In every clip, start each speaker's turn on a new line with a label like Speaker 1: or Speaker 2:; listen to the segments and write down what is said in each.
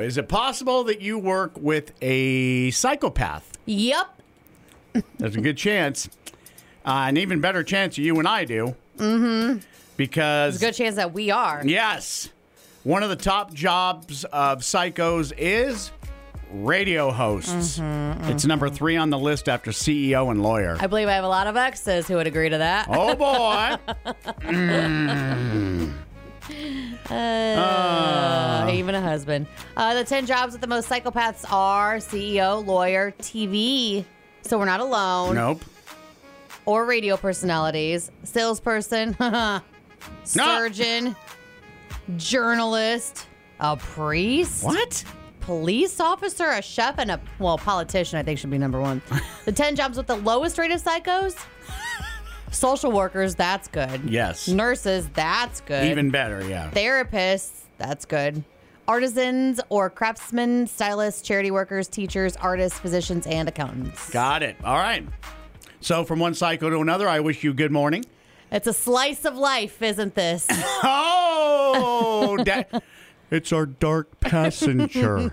Speaker 1: Is it possible that you work with a psychopath?
Speaker 2: Yep.
Speaker 1: There's a good chance, uh, an even better chance you and I do. Mm-hmm. Because
Speaker 2: Good chance that we are.
Speaker 1: yes, one of the top jobs of psychos is radio hosts. It's number three on the list after CEO and lawyer.
Speaker 2: I believe I have a lot of exes who would agree to that.
Speaker 1: oh boy!
Speaker 2: Uh, even a husband. Uh, the 10 jobs with the most psychopaths are CEO, lawyer, TV. So we're not alone.
Speaker 1: nope.
Speaker 2: Or radio personalities, salesperson, surgeon, journalist, a priest.
Speaker 1: What?
Speaker 2: police officer, a chef, and a well politician. I think should be number one. the ten jobs with the lowest rate of psychos: social workers. That's good.
Speaker 1: Yes.
Speaker 2: Nurses. That's good.
Speaker 1: Even better, yeah.
Speaker 2: therapists. That's good. Artisans or craftsmen, stylists, charity workers, teachers, artists, physicians, and accountants.
Speaker 1: Got it. All right. So from one psycho to another, I wish you good morning.
Speaker 2: It's a slice of life, isn't this?
Speaker 1: Oh, da- it's our dark passenger.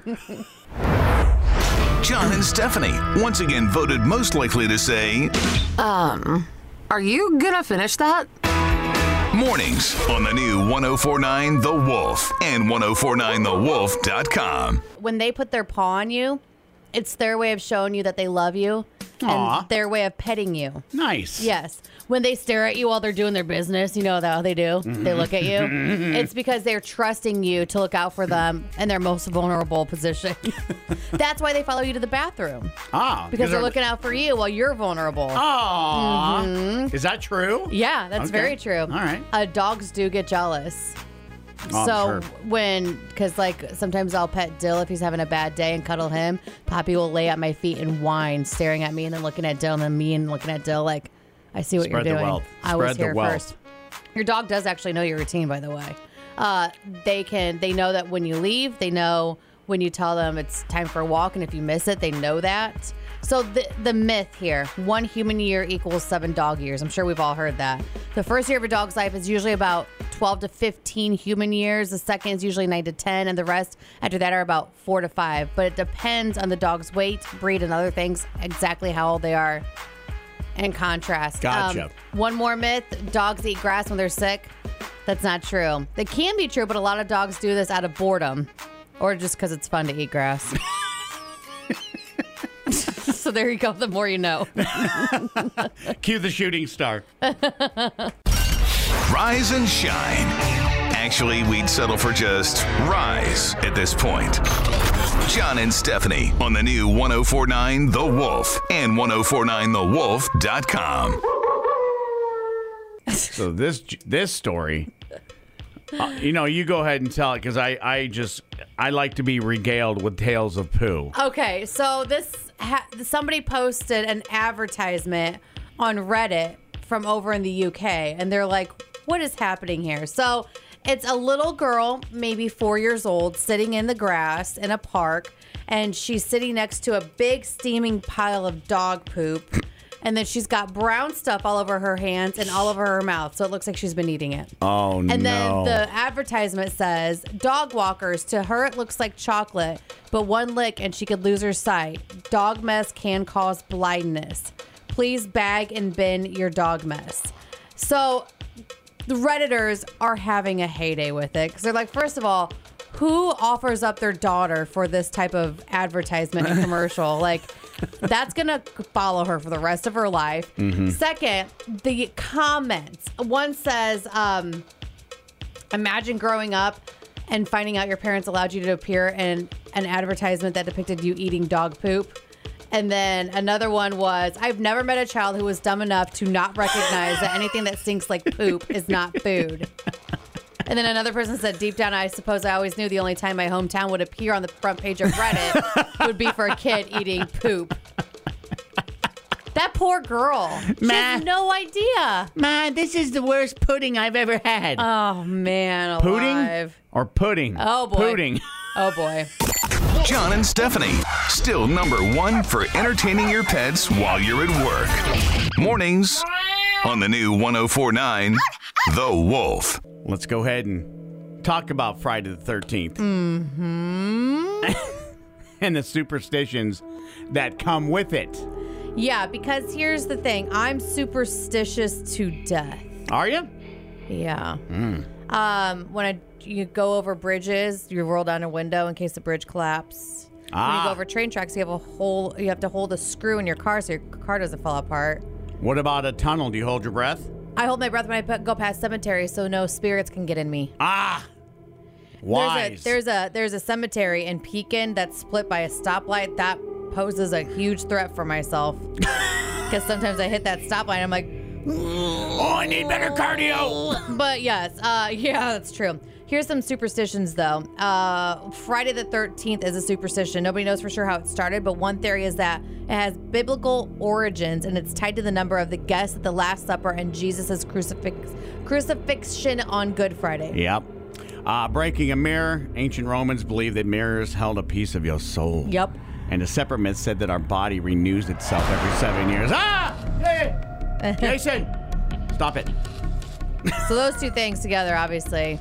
Speaker 3: John and Stephanie, once again voted most likely to say
Speaker 4: Um, Are you gonna finish that?
Speaker 3: mornings on the new 1049 The Wolf and 1049TheWolf.com.
Speaker 2: when they put their paw on you, it's their way of showing you that they love you
Speaker 1: Aw.
Speaker 2: and their way of petting you.
Speaker 1: nice.
Speaker 2: Yes. When they stare at you while they're doing their business, you know that how they do. They look at you.
Speaker 1: Mm-hmm.
Speaker 2: it's because they're trusting you to look out for them in their most vulnerable position. That's why they follow you to the bathroom
Speaker 1: Ah,
Speaker 2: because they're
Speaker 1: our-
Speaker 2: looking out for you while you're vulnerable.
Speaker 1: Aw. Is that true?
Speaker 2: Yeah, that's
Speaker 1: Oh. Okay.
Speaker 2: very true.
Speaker 1: All right.
Speaker 2: Uh, dogs do get jealous.
Speaker 1: Oh, I'm sure.
Speaker 2: so when, because like sometimes I'll pet Dill if he's having a bad day and cuddle him. Poppy will lay at my feet and whine, staring at me and then looking at Dill and then me and looking at Dill like, I see what
Speaker 1: Spread the
Speaker 2: you're doing.
Speaker 1: wealth.
Speaker 2: I was
Speaker 1: Spread the
Speaker 2: here
Speaker 1: wealth.
Speaker 2: first. Your dog does actually know your routine, by the way. Uh, they can, they know that when you leave, they know when you tell them it's time for a walk, and if you miss it, they know that. So the the myth here: one human year equals seven dog years. I'm sure we've all heard that. The first year of a dog's life is usually about 12 to 15 human years. The second is usually nine to 10, and the rest after that are about four to five. But it depends on the dog's weight, breed, and other things exactly how old they are in contrast. Um,
Speaker 1: Gotcha.
Speaker 2: one more myth dogs eat grass when they're sick. That's not true. It can be true, but a lot of dogs do this out of boredom or just because it's fun to eat grass. so there you go. The more you know.
Speaker 1: Cue the shooting star.
Speaker 3: Rise and shine. Actually, we'd settle for just rise at this point. John and Stephanie on the new 1049 The Wolf and 1049TheWolf.com.
Speaker 1: so this this story, uh, you know, you go ahead and tell it because I I just I like to be regaled with tales of poo.
Speaker 2: Okay, so this ha- somebody posted an advertisement on Reddit from over in the UK, and they're like, "What is happening here?" So it's a little girl, maybe four years old, sitting in the grass in a park, and she's sitting next to a big steaming pile of dog poop. And then she's got brown stuff all over her hands and all over her mouth. So it looks like she's been eating it.
Speaker 1: Oh no!
Speaker 2: And then the advertisement says dog walkers. To her, it looks like chocolate, but one lick and she could lose her sight. Dog mess can cause blindness. Please bag and bin your dog mess. So the Redditors are having a heyday with it because they're like, first of all, who offers up their daughter for this type of advertisement and commercial? like, that's gonna follow her for the rest of her life.
Speaker 1: Mm-hmm.
Speaker 2: Second, the comments. One says, um, imagine growing up and finding out your parents allowed you to appear in an advertisement that depicted you eating dog poop. And then another one was I've never met a child who was dumb enough to not recognize that anything that stinks like poop is not food. And then another person said, Deep down, I suppose I always knew the only time my hometown would appear on the front page of Reddit would be for a kid eating poop. That poor girl. She has
Speaker 1: Meh.
Speaker 2: no idea.
Speaker 1: man, this is the worst pudding I've ever had.
Speaker 2: Oh, man.
Speaker 1: pudding
Speaker 2: Alive.
Speaker 1: or pudding?
Speaker 2: Oh, boy.
Speaker 1: pudding.
Speaker 2: Oh, boy.
Speaker 3: John and Stephanie, still number one for entertaining your pets while you're at work. Mornings oh on the new 1049 The Wolf.
Speaker 1: Let's go ahead and talk about Friday the 13th
Speaker 2: Mm-hmm.
Speaker 1: and the superstitions that come with it.
Speaker 2: Yeah, because here's the thing I'm superstitious to death.
Speaker 1: Are you?
Speaker 2: Yeah.
Speaker 1: Hmm.
Speaker 2: Um, when I you go over bridges, you roll down a window in case the bridge collapses. When you
Speaker 1: Ah.
Speaker 2: go over train tracks, you have a whole you have to hold a screw in your car so your car doesn't fall apart.
Speaker 1: What about a tunnel? Do you hold your breath?
Speaker 2: I hold my breath when I put, go past cemeteries so no spirits can get in me.
Speaker 1: Ah, wise.
Speaker 2: There's a, there's a there's a cemetery in Pekin that's split by a stoplight that poses a huge threat for myself. Because sometimes I hit that stoplight, I'm like,
Speaker 1: oh, I need better cardio.
Speaker 2: but yes, uh, yeah, that's true. Here's some superstitions, though. Uh, Friday the 13th is a superstition. Nobody knows for sure how it started, but one theory is that it has biblical origins and it's tied to the number of the guests at the Last Supper and Jesus' crucifix- crucifixion on Good Friday.
Speaker 1: Yep. Uh, breaking a mirror. Ancient Romans believed that mirrors held a piece of your soul.
Speaker 2: Yep.
Speaker 1: And a separate myth said that our body renews itself every seven years. Ah! Hey! Jason! Stop it.
Speaker 2: So those two things together, obviously.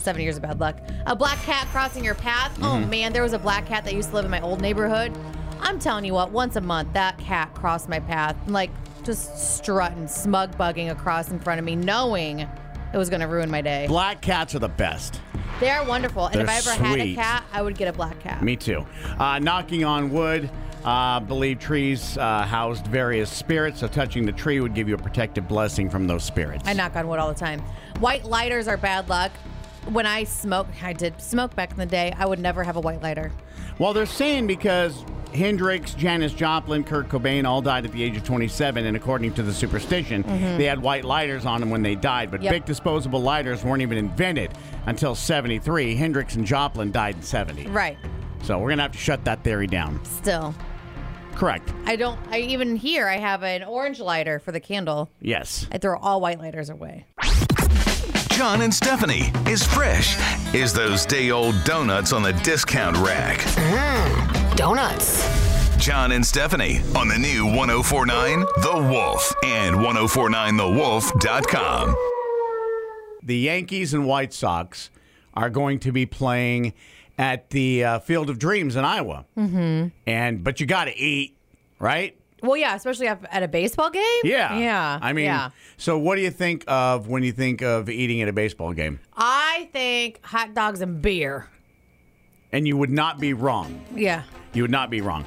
Speaker 2: Seven years of bad luck. A black cat crossing your path. Oh
Speaker 1: Mm-hmm.
Speaker 2: man, there was a black cat that used to live in my old neighborhood. I'm telling you what, once a month that cat crossed my path, like just strutting, smug bugging across in front of me, knowing it was gonna ruin my day.
Speaker 1: Black cats are the best.
Speaker 2: They are wonderful, and if
Speaker 1: They're
Speaker 2: I ever had a
Speaker 1: sweet.
Speaker 2: cat, I would get a black cat.
Speaker 1: Me too. Uh, knocking on wood. Uh, believe trees uh, housed various spirits, so touching the tree would give you a protective blessing from those spirits.
Speaker 2: I knock on wood all the time. White lighters are bad luck. When I smoke, I did smoke back in the day. I would never have a white lighter.
Speaker 1: Well, they're saying because Hendrix, Janis Joplin, Kurt Cobain all died at the age of 27, and according to the superstition, they had white lighters on them when they died, but
Speaker 2: Mm-hmm. Yep.
Speaker 1: big disposable lighters weren't even invented until 73. Hendrix and Joplin died in 70.
Speaker 2: Right.
Speaker 1: So we're going to have to shut that theory down.
Speaker 2: Still,
Speaker 1: Correct.
Speaker 2: I don't. I even here. I have an orange lighter for the candle.
Speaker 1: Yes.
Speaker 2: I throw all white lighters away.
Speaker 3: John and Stephanie is fresh is those day old donuts on the discount rack.
Speaker 4: Donuts.
Speaker 3: John and Stephanie on the new 1049 The Wolf and 1049thewolf.com.
Speaker 1: the Yankees and White Sox are going to be playing at the uh, Field of Dreams in Iowa. Mm-hmm. And but you got to eat, right?
Speaker 2: Well, yeah, especially if- at a baseball game.
Speaker 1: Yeah.
Speaker 2: yeah.
Speaker 1: I mean,
Speaker 2: yeah.
Speaker 1: so what do you think of when you think of eating at a baseball game?
Speaker 2: I think hot dogs and beer.
Speaker 1: And you would not be wrong.
Speaker 2: Yeah.
Speaker 1: You would not be wrong.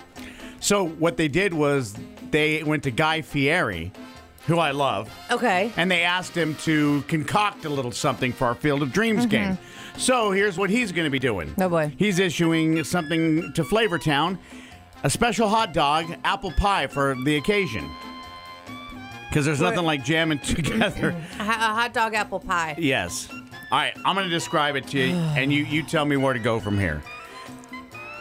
Speaker 1: So what they did was they went to Guy Fieri, who I love.
Speaker 2: Okay.
Speaker 1: and they asked him to concoct a little something for our Field of Dreams game. So here's what he's going to be doing.
Speaker 2: Mm-hmm. Oh, boy.
Speaker 1: He's issuing something to Flavortown, a special hot dog, apple pie for the occasion. Because there's nothing like jamming together.
Speaker 2: A, ho- a hot dog apple pie.
Speaker 1: yes. All right, I'm going to describe it to you, and you you tell me where to go from here.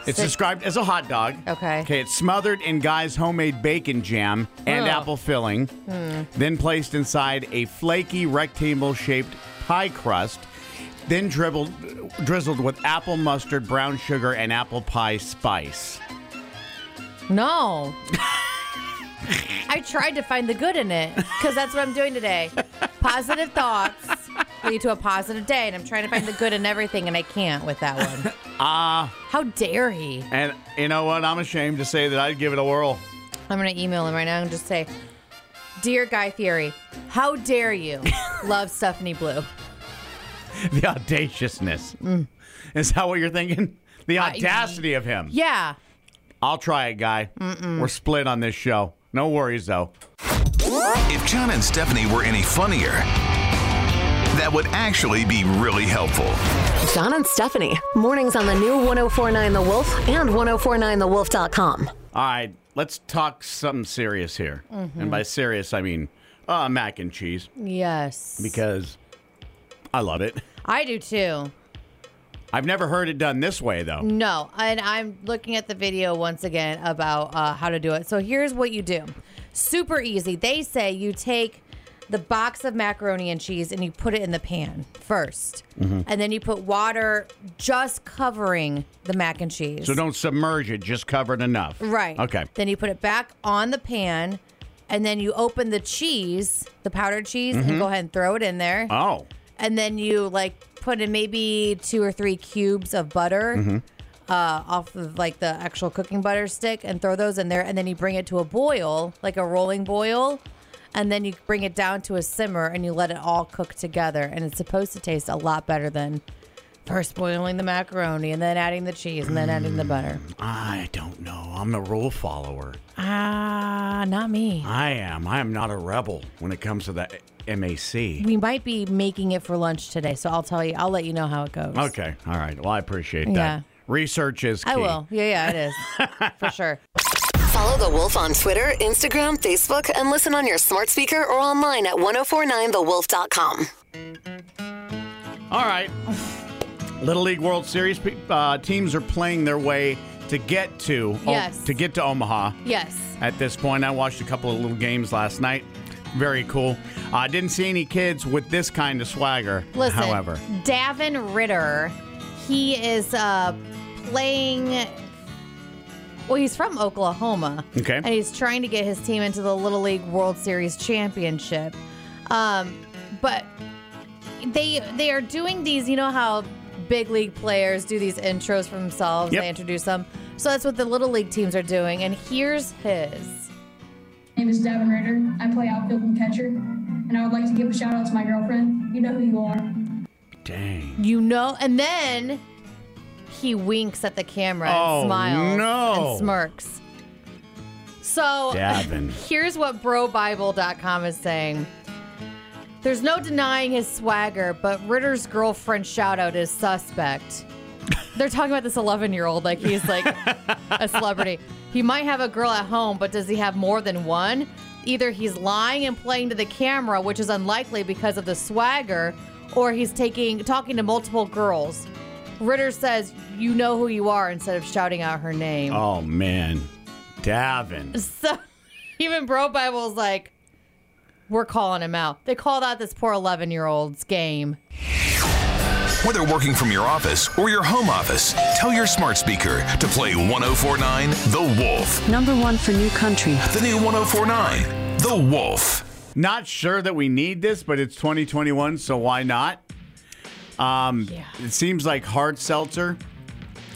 Speaker 1: It's
Speaker 2: Sit-
Speaker 1: described as a hot dog.
Speaker 2: Okay.
Speaker 1: Okay, it's smothered in Guy's homemade bacon jam and
Speaker 2: Ugh.
Speaker 1: apple filling,
Speaker 2: Hmm.
Speaker 1: then placed inside a flaky rectangle shaped pie crust, then dribbled, drizzled with apple mustard, brown sugar, and apple pie spice.
Speaker 2: No. I tried to find the good in it because that's what I'm doing today. Positive thoughts lead to a positive day, and I'm trying to find the good in everything, and I can't with that one.
Speaker 1: Ah,
Speaker 2: How dare he?
Speaker 1: and you know what? I'm ashamed to say that I'd give it a whirl.
Speaker 2: I'm gonna email him right now and just say, "Dear Guy Fieri, how dare you love Stephanie Blue?
Speaker 1: The audaciousness.
Speaker 2: Mm.
Speaker 1: Is that what you're thinking? The audacity of him.
Speaker 2: Yeah,
Speaker 1: I'll try it, guy. We're split on this show. No worries, though.
Speaker 3: If John and Stephanie were any funnier, that would actually be really helpful.
Speaker 4: John and Stephanie. Mornings on the new 1049 The Wolf and 1049TheWolf.com.
Speaker 1: All right, let's talk something serious here.
Speaker 2: Mm-hmm.
Speaker 1: And by serious, I mean uh, mac and cheese
Speaker 2: yes,
Speaker 1: because I love it.
Speaker 2: I do too.
Speaker 1: I've never heard it done this way, though.
Speaker 2: No, and I'm looking at the video once again about uh, how to do it. So here's what you do. Super easy. They say you take the box of macaroni and cheese and you put it in the pan 1st and then you put water just covering the mac and cheese.
Speaker 1: So don't submerge it, just cover it enough.
Speaker 2: Right.
Speaker 1: Okay.
Speaker 2: Then you put it back on the pan, and then you open the cheese, the powdered cheese, and go ahead and throw it in there.
Speaker 1: Oh,
Speaker 2: And then you like put in maybe two or three cubes of butter uh, off of like the actual cooking butter stick and throw those in there. And then you bring it to a boil, like a rolling boil. And then you bring it down to a simmer and you let it all cook together. And it's supposed to taste a lot better than first boiling the macaroni and then adding the cheese and then adding the butter.
Speaker 1: Mm. I don't know. I'm a rule follower.
Speaker 2: Ah, not me.
Speaker 1: I am. I am not a rebel when it comes to the MAC.
Speaker 2: We might be making it for lunch today, so I'll tell you. I'll let you know how it goes.
Speaker 1: Okay. All right. Well, I appreciate
Speaker 2: Yeah.
Speaker 1: that. Research is key.
Speaker 2: I will. Yeah, yeah, it is for sure.
Speaker 4: Follow The Wolf on Twitter, Instagram, Facebook, and listen on your smart speaker or online at 1049thewolf.com.
Speaker 1: All right. Little League World Series pe- uh, teams are playing their way to get to oh,
Speaker 2: Yes.
Speaker 1: to get to Omaha.
Speaker 2: Yes.
Speaker 1: At this point, I watched a couple of little games last night. Very cool. I didn't see any kids with this kind of swagger.
Speaker 2: Listen,
Speaker 1: however,
Speaker 2: Davin Ritter, he is uh, playing. Well, he's from Oklahoma.
Speaker 1: Okay.
Speaker 2: And he's trying to get his team into the Little League World Series championship. Um, but they they are doing these. You know how big league players do these intros for themselves.
Speaker 1: Yep.
Speaker 2: They introduce them. So that's what the Little League teams are doing. And here's his.
Speaker 5: My name is Davin Ritter. I play outfield and catcher, and I would like to give a shout out to my girlfriend. You know who you are.
Speaker 1: dang.
Speaker 2: You know, and then he winks at the camera and
Speaker 1: Oh,
Speaker 2: smiles
Speaker 1: no.
Speaker 2: and smirks. So
Speaker 1: Davin.
Speaker 2: here's what BroBible.com is saying. There's no denying his swagger, but Ritter's girlfriend shout out is suspect. They're talking about this 11 year old like he's like a celebrity. He might have a girl at home, but does he have more than one? Either he's lying and playing to the camera, which is unlikely because of the swagger, or he's taking talking to multiple girls. Ritter says, "You know who you are," instead of shouting out her name.
Speaker 1: Oh man, Davin.
Speaker 2: So even Bro Bible's like, "We're calling him out." They called out this poor 11 year old's game.
Speaker 3: Whether working from your office or your home office, tell your smart speaker to play 1049 The Wolf.
Speaker 6: Number one for new country.
Speaker 3: The new 1049 The Wolf.
Speaker 1: Not sure that we need this, but it's 2021, so why not? Um, It seems like hard seltzer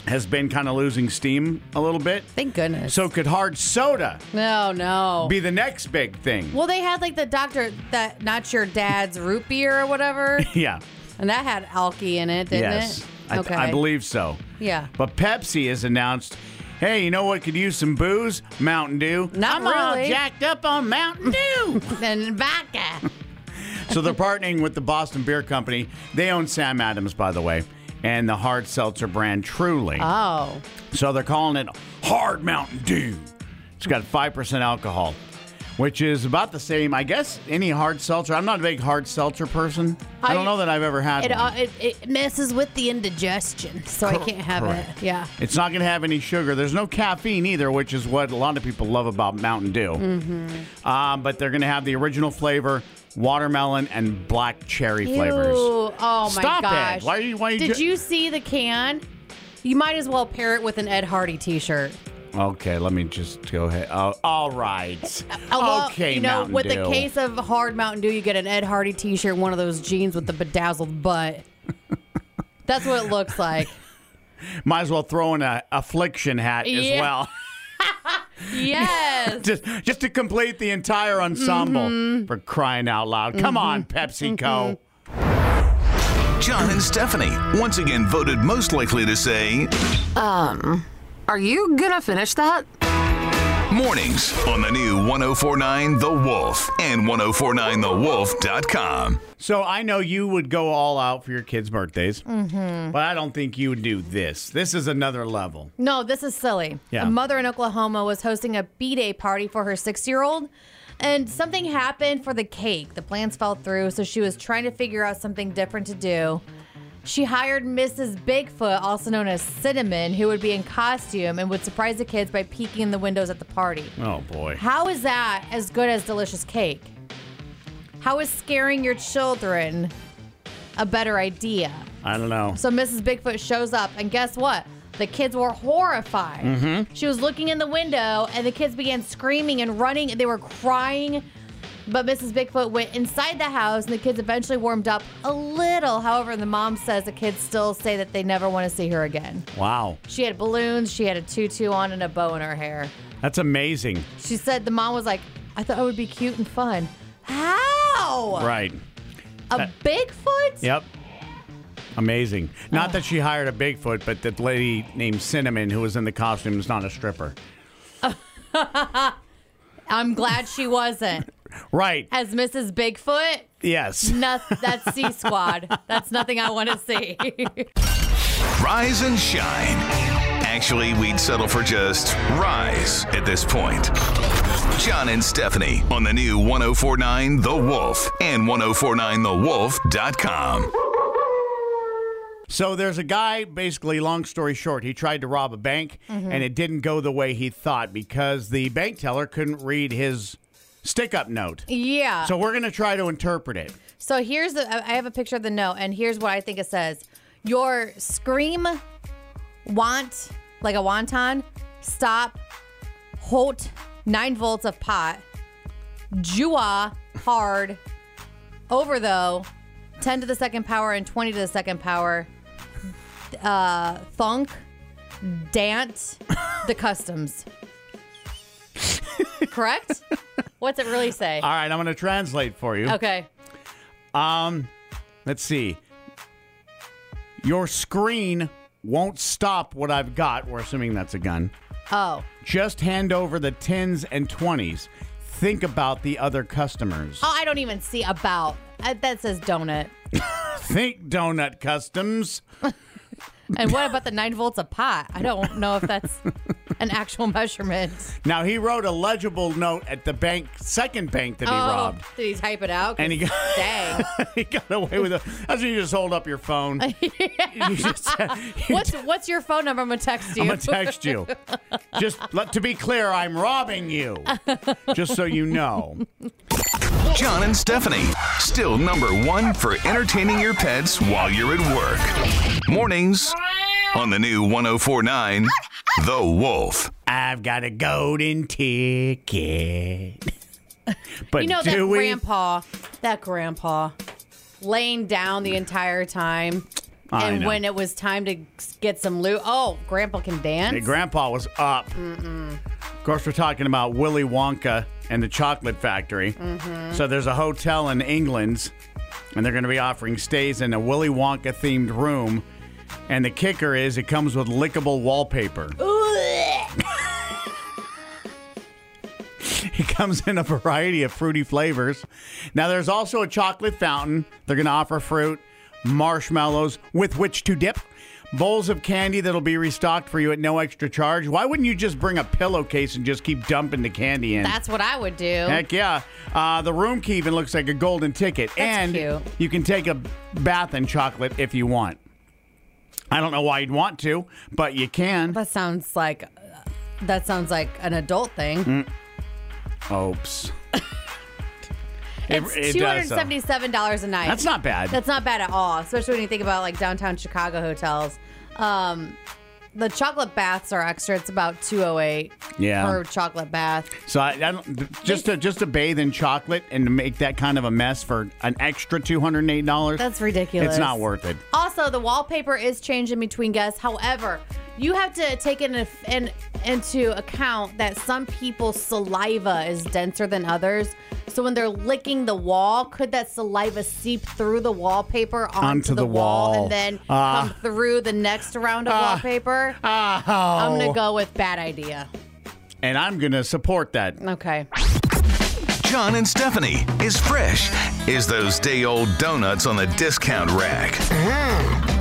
Speaker 1: has been kind of losing steam a little bit.
Speaker 2: Thank goodness.
Speaker 1: So could hard soda
Speaker 2: no, no.
Speaker 1: be the next big thing?
Speaker 2: well, they had like the doctor that not your dad's root beer or whatever.
Speaker 1: Yeah.
Speaker 2: And that had alky in it, didn't
Speaker 1: yes.
Speaker 2: it?
Speaker 1: I, th- I believe so.
Speaker 2: Yeah.
Speaker 1: But Pepsi has announced, hey, you know what could use some booze? Mountain Dew.
Speaker 2: Not
Speaker 1: I'm all
Speaker 2: really.
Speaker 1: jacked up on Mountain Dew.
Speaker 2: And vodka.
Speaker 1: so they're partnering with the Boston Beer Company. They own Sam Adams, by the way, and the hard seltzer brand Truly.
Speaker 2: Oh.
Speaker 1: So they're calling it Hard Mountain Dew. It's got 5% alcohol, which is about the same, I guess, any hard seltzer. I'm not a big hard seltzer person. I, don't
Speaker 2: I-
Speaker 1: know that I've ever had
Speaker 2: It,
Speaker 1: one.
Speaker 2: uh, it it messes with the indigestion, so I can't have
Speaker 1: Correct.
Speaker 2: it. Yeah.
Speaker 1: It's not going to have any sugar. There's no caffeine either, which is what a lot of people love about Mountain Dew.
Speaker 2: Mm-hmm.
Speaker 1: Um, but they're going to have the original flavor, watermelon and black cherry flavors.
Speaker 2: Ew. Oh my
Speaker 1: Stop it.
Speaker 2: gosh.
Speaker 1: Why are you- why are you
Speaker 2: Did
Speaker 1: ju-
Speaker 2: you see the can? You might as well pair it with an Ed Hardy T-shirt.
Speaker 1: Okay, let me just go ahead. Oh, all right.
Speaker 2: Although,
Speaker 1: okay,
Speaker 2: Uh, you know,
Speaker 1: Mountain
Speaker 2: with
Speaker 1: Dew.
Speaker 2: a case of hard Mountain Dew, you get an Ed Hardy T-shirt, one of those jeans with the bedazzled butt. That's what it looks like.
Speaker 1: Might as well throw in a affliction hat as
Speaker 2: Yeah.
Speaker 1: well,
Speaker 2: Yes.
Speaker 1: just just to complete the entire ensemble.
Speaker 2: Mm-hmm.
Speaker 1: For crying out loud! Come on, PepsiCo.
Speaker 3: John and Stephanie, once again voted most likely to say
Speaker 4: Are you gonna finish that?
Speaker 3: mornings on the new 1049 The Wolf and 1049TheWolf.com.
Speaker 1: So I know you would go all out for your kids' birthdays,
Speaker 2: Mm-hmm.
Speaker 1: but I don't think you would do this. This is another level.
Speaker 2: No, this is silly.
Speaker 1: Yeah.
Speaker 2: A mother in Oklahoma was hosting a B day party for her six year old, and something happened for the cake. The plans fell through, so she was trying to figure out something different to do. She hired Mrs. Bigfoot, also known as Cinnamon, who would be in costume and would surprise the kids by peeking in the windows at the party.
Speaker 1: Oh boy.
Speaker 2: How is that as good as delicious cake? How is scaring your children a better idea?
Speaker 1: I don't know.
Speaker 2: So Mrs. Bigfoot shows up, and guess what? The kids were horrified. She was looking in the window, and the kids began screaming and running. and They were crying. But Mrs. Bigfoot went inside the house, and the kids eventually warmed up a little. However, the mom says the kids still say that they never want to see her again.
Speaker 1: Wow.
Speaker 2: She had balloons, she had a tutu on, and a bow in her hair.
Speaker 1: That's amazing.
Speaker 2: She said the mom was like, I thought it would be cute and fun. How?
Speaker 1: Right.
Speaker 2: A
Speaker 1: That-
Speaker 2: Bigfoot?
Speaker 1: Yep. Amazing. Not that she hired a Bigfoot, but that lady named Cinnamon who was in the costume is not a stripper.
Speaker 2: I'm glad she wasn't.
Speaker 1: Right.
Speaker 2: As Mrs. Bigfoot,
Speaker 1: Yes.
Speaker 2: no, that's C Squad. That's nothing I want to see.
Speaker 3: Rise and shine. Actually, we'd settle for just rise at this point. John and Stephanie on the new 1049 The Wolf and 1049TheWolf.com.
Speaker 1: So there's a guy, basically, long story short, he tried to rob a bank
Speaker 2: Mm-hmm.
Speaker 1: and it didn't go the way he thought because the bank teller couldn't read his stick up note.
Speaker 2: yeah.
Speaker 1: So we're going to try to interpret it.
Speaker 2: So here's the I I have a picture of the note, and here's what I think it says: Your scream, want like a wonton, stop, holt, nine volts of pot, jua hard, over though, ten to the second power and twenty to the second power, uh, thunk, dant, the customs. Correct? What's it really say?
Speaker 1: All right, I'm going to translate for you.
Speaker 2: Okay.
Speaker 1: Let's see. Your screen won't stop what I've got. We're assuming that's a gun.
Speaker 2: Oh.
Speaker 1: Just hand over the tens and twenties. Think about the other customers.
Speaker 2: Oh, I don't even see about. Uh, That says donut.
Speaker 1: Think Donut Customs.
Speaker 2: And what about the nine volts of pot? I don't know if that's an actual measurement.
Speaker 1: Now he wrote a legible note at the bank, second bank
Speaker 2: Oh.
Speaker 1: that he robbed.
Speaker 2: did he type it out?
Speaker 1: And he got-
Speaker 2: dang.
Speaker 1: he got away with it. That's when you just hold up your phone. You just,
Speaker 2: What's what's your phone number? I'm gonna text you.
Speaker 1: I'm gonna text you. Just let, to be clear, I'm robbing you. Just so you know.
Speaker 3: John and Stephanie, still number one for entertaining your pets while you're at work. Mornings on the new 1049 The Wolf.
Speaker 1: I've got a golden ticket. But
Speaker 2: you know
Speaker 1: do
Speaker 2: that
Speaker 1: we?
Speaker 2: grandpa, that grandpa, laying down the entire time.
Speaker 1: I
Speaker 2: and
Speaker 1: know.
Speaker 2: when it was time to get some loot, oh, grandpa can dance.
Speaker 1: Hey, grandpa was up.
Speaker 2: Mm-hmm.
Speaker 1: Of course, we're talking about Willy Wonka and the Chocolate Factory.
Speaker 2: Mm-hmm.
Speaker 1: So there's a hotel in England, and they're going to be offering stays in a Willy Wonka themed room. And the kicker is, it comes with lickable wallpaper. It comes in a variety of fruity flavors. Now, there's also a chocolate fountain. They're going to offer fruit, marshmallows with which to dip, bowls of candy that'll be restocked for you at no extra charge. Why wouldn't you just bring a pillowcase and just keep dumping the candy in?
Speaker 2: That's what I would do.
Speaker 1: Heck yeah. Uh, the room key even looks like a golden ticket. and
Speaker 2: cute.
Speaker 1: you can take a bath in chocolate if you want. I don't know why you'd want to, but you can.
Speaker 2: That sounds like uh, that sounds like an adult thing.
Speaker 1: Mm, Oops.
Speaker 2: It's
Speaker 1: it does,
Speaker 2: two hundred
Speaker 1: though.
Speaker 2: seventy-seven dollars a night.
Speaker 1: That's not bad.
Speaker 2: That's not bad at all, especially when you think about like downtown Chicago hotels. Um, the chocolate baths are extra. It's about two oh eight
Speaker 1: Yeah.
Speaker 2: per chocolate bath.
Speaker 1: So I, I don't, just to just to bathe in chocolate and to make that kind of a mess for an extra two hundred and eight dollars.
Speaker 2: That's ridiculous.
Speaker 1: It's not worth it.
Speaker 2: Also, the wallpaper is changing between guests. However, you have to take in, in, into account that some people's saliva is denser than others. So when they're licking the wall, could that saliva seep through the wallpaper onto,
Speaker 1: Onto
Speaker 2: the,
Speaker 1: the
Speaker 2: wall,
Speaker 1: wall.
Speaker 2: and then
Speaker 1: Ah.
Speaker 2: come through the next round of wallpaper? I'm gonna go with bad idea.
Speaker 1: Oh. And I'm gonna support that.
Speaker 2: Okay.
Speaker 3: John and Stephanie is fresh is those day old donuts on the discount rack.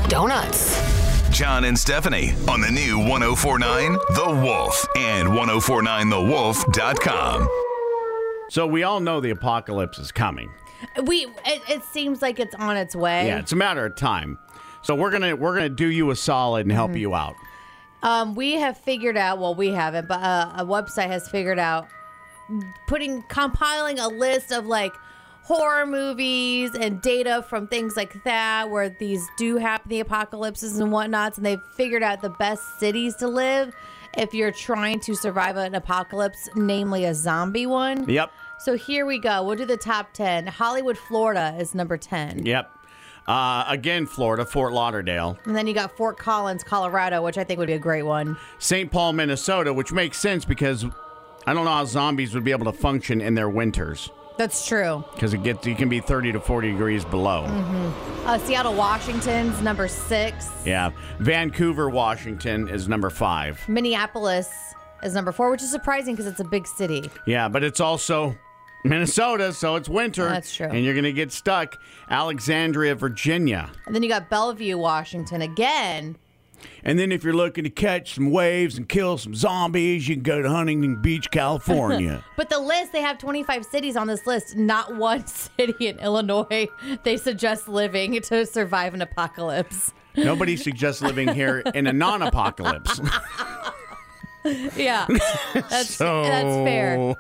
Speaker 4: Donuts.
Speaker 3: John and Stephanie on the new 1049 The Wolf and 1049TheWolf.com.
Speaker 1: So we all know the apocalypse is coming.
Speaker 2: We it, it seems like it's on its way.
Speaker 1: Yeah, it's a matter of time. So we're gonna we're gonna do you a solid and help
Speaker 2: Mm-hmm.
Speaker 1: you out.
Speaker 2: Um, we have figured out. Well, we haven't, but uh, a website has figured out putting compiling a list of like horror movies and data from things like that where these do happen the apocalypses and whatnots and they've figured out the best cities to live if you're trying to survive an apocalypse namely a zombie one
Speaker 1: Yep.
Speaker 2: So here we go. We'll do the top 10. Hollywood, Florida is number 10.
Speaker 1: Yep. Uh, again, Florida, Fort Lauderdale,
Speaker 2: And then you got Fort Collins, Colorado, which I think would be a great one.
Speaker 1: St. Paul, Minnesota, which makes sense because I don't know how zombies would be able to function in their winters
Speaker 2: That's true.
Speaker 1: because it gets you can be 30 to 40 degrees below.
Speaker 2: Uh, Seattle, Washington's number six.
Speaker 1: Yeah. Vancouver, Washington is number five.
Speaker 2: Minneapolis is number four, which is surprising because it's a big city.
Speaker 1: Yeah, but it's also Minnesota, so it's winter.
Speaker 2: That's true.
Speaker 1: And you're going to get stuck. Alexandria, Virginia.
Speaker 2: And then you got Bellevue, Washington again.
Speaker 1: And then if you're looking to catch some waves and kill some zombies, you can go to Huntington Beach, California.
Speaker 2: But the list, they have 25 cities on this list. Not one city in Illinois they suggest living to survive an apocalypse.
Speaker 1: Nobody suggests living here in a non apocalypse.
Speaker 2: Yeah. That's, that's fair.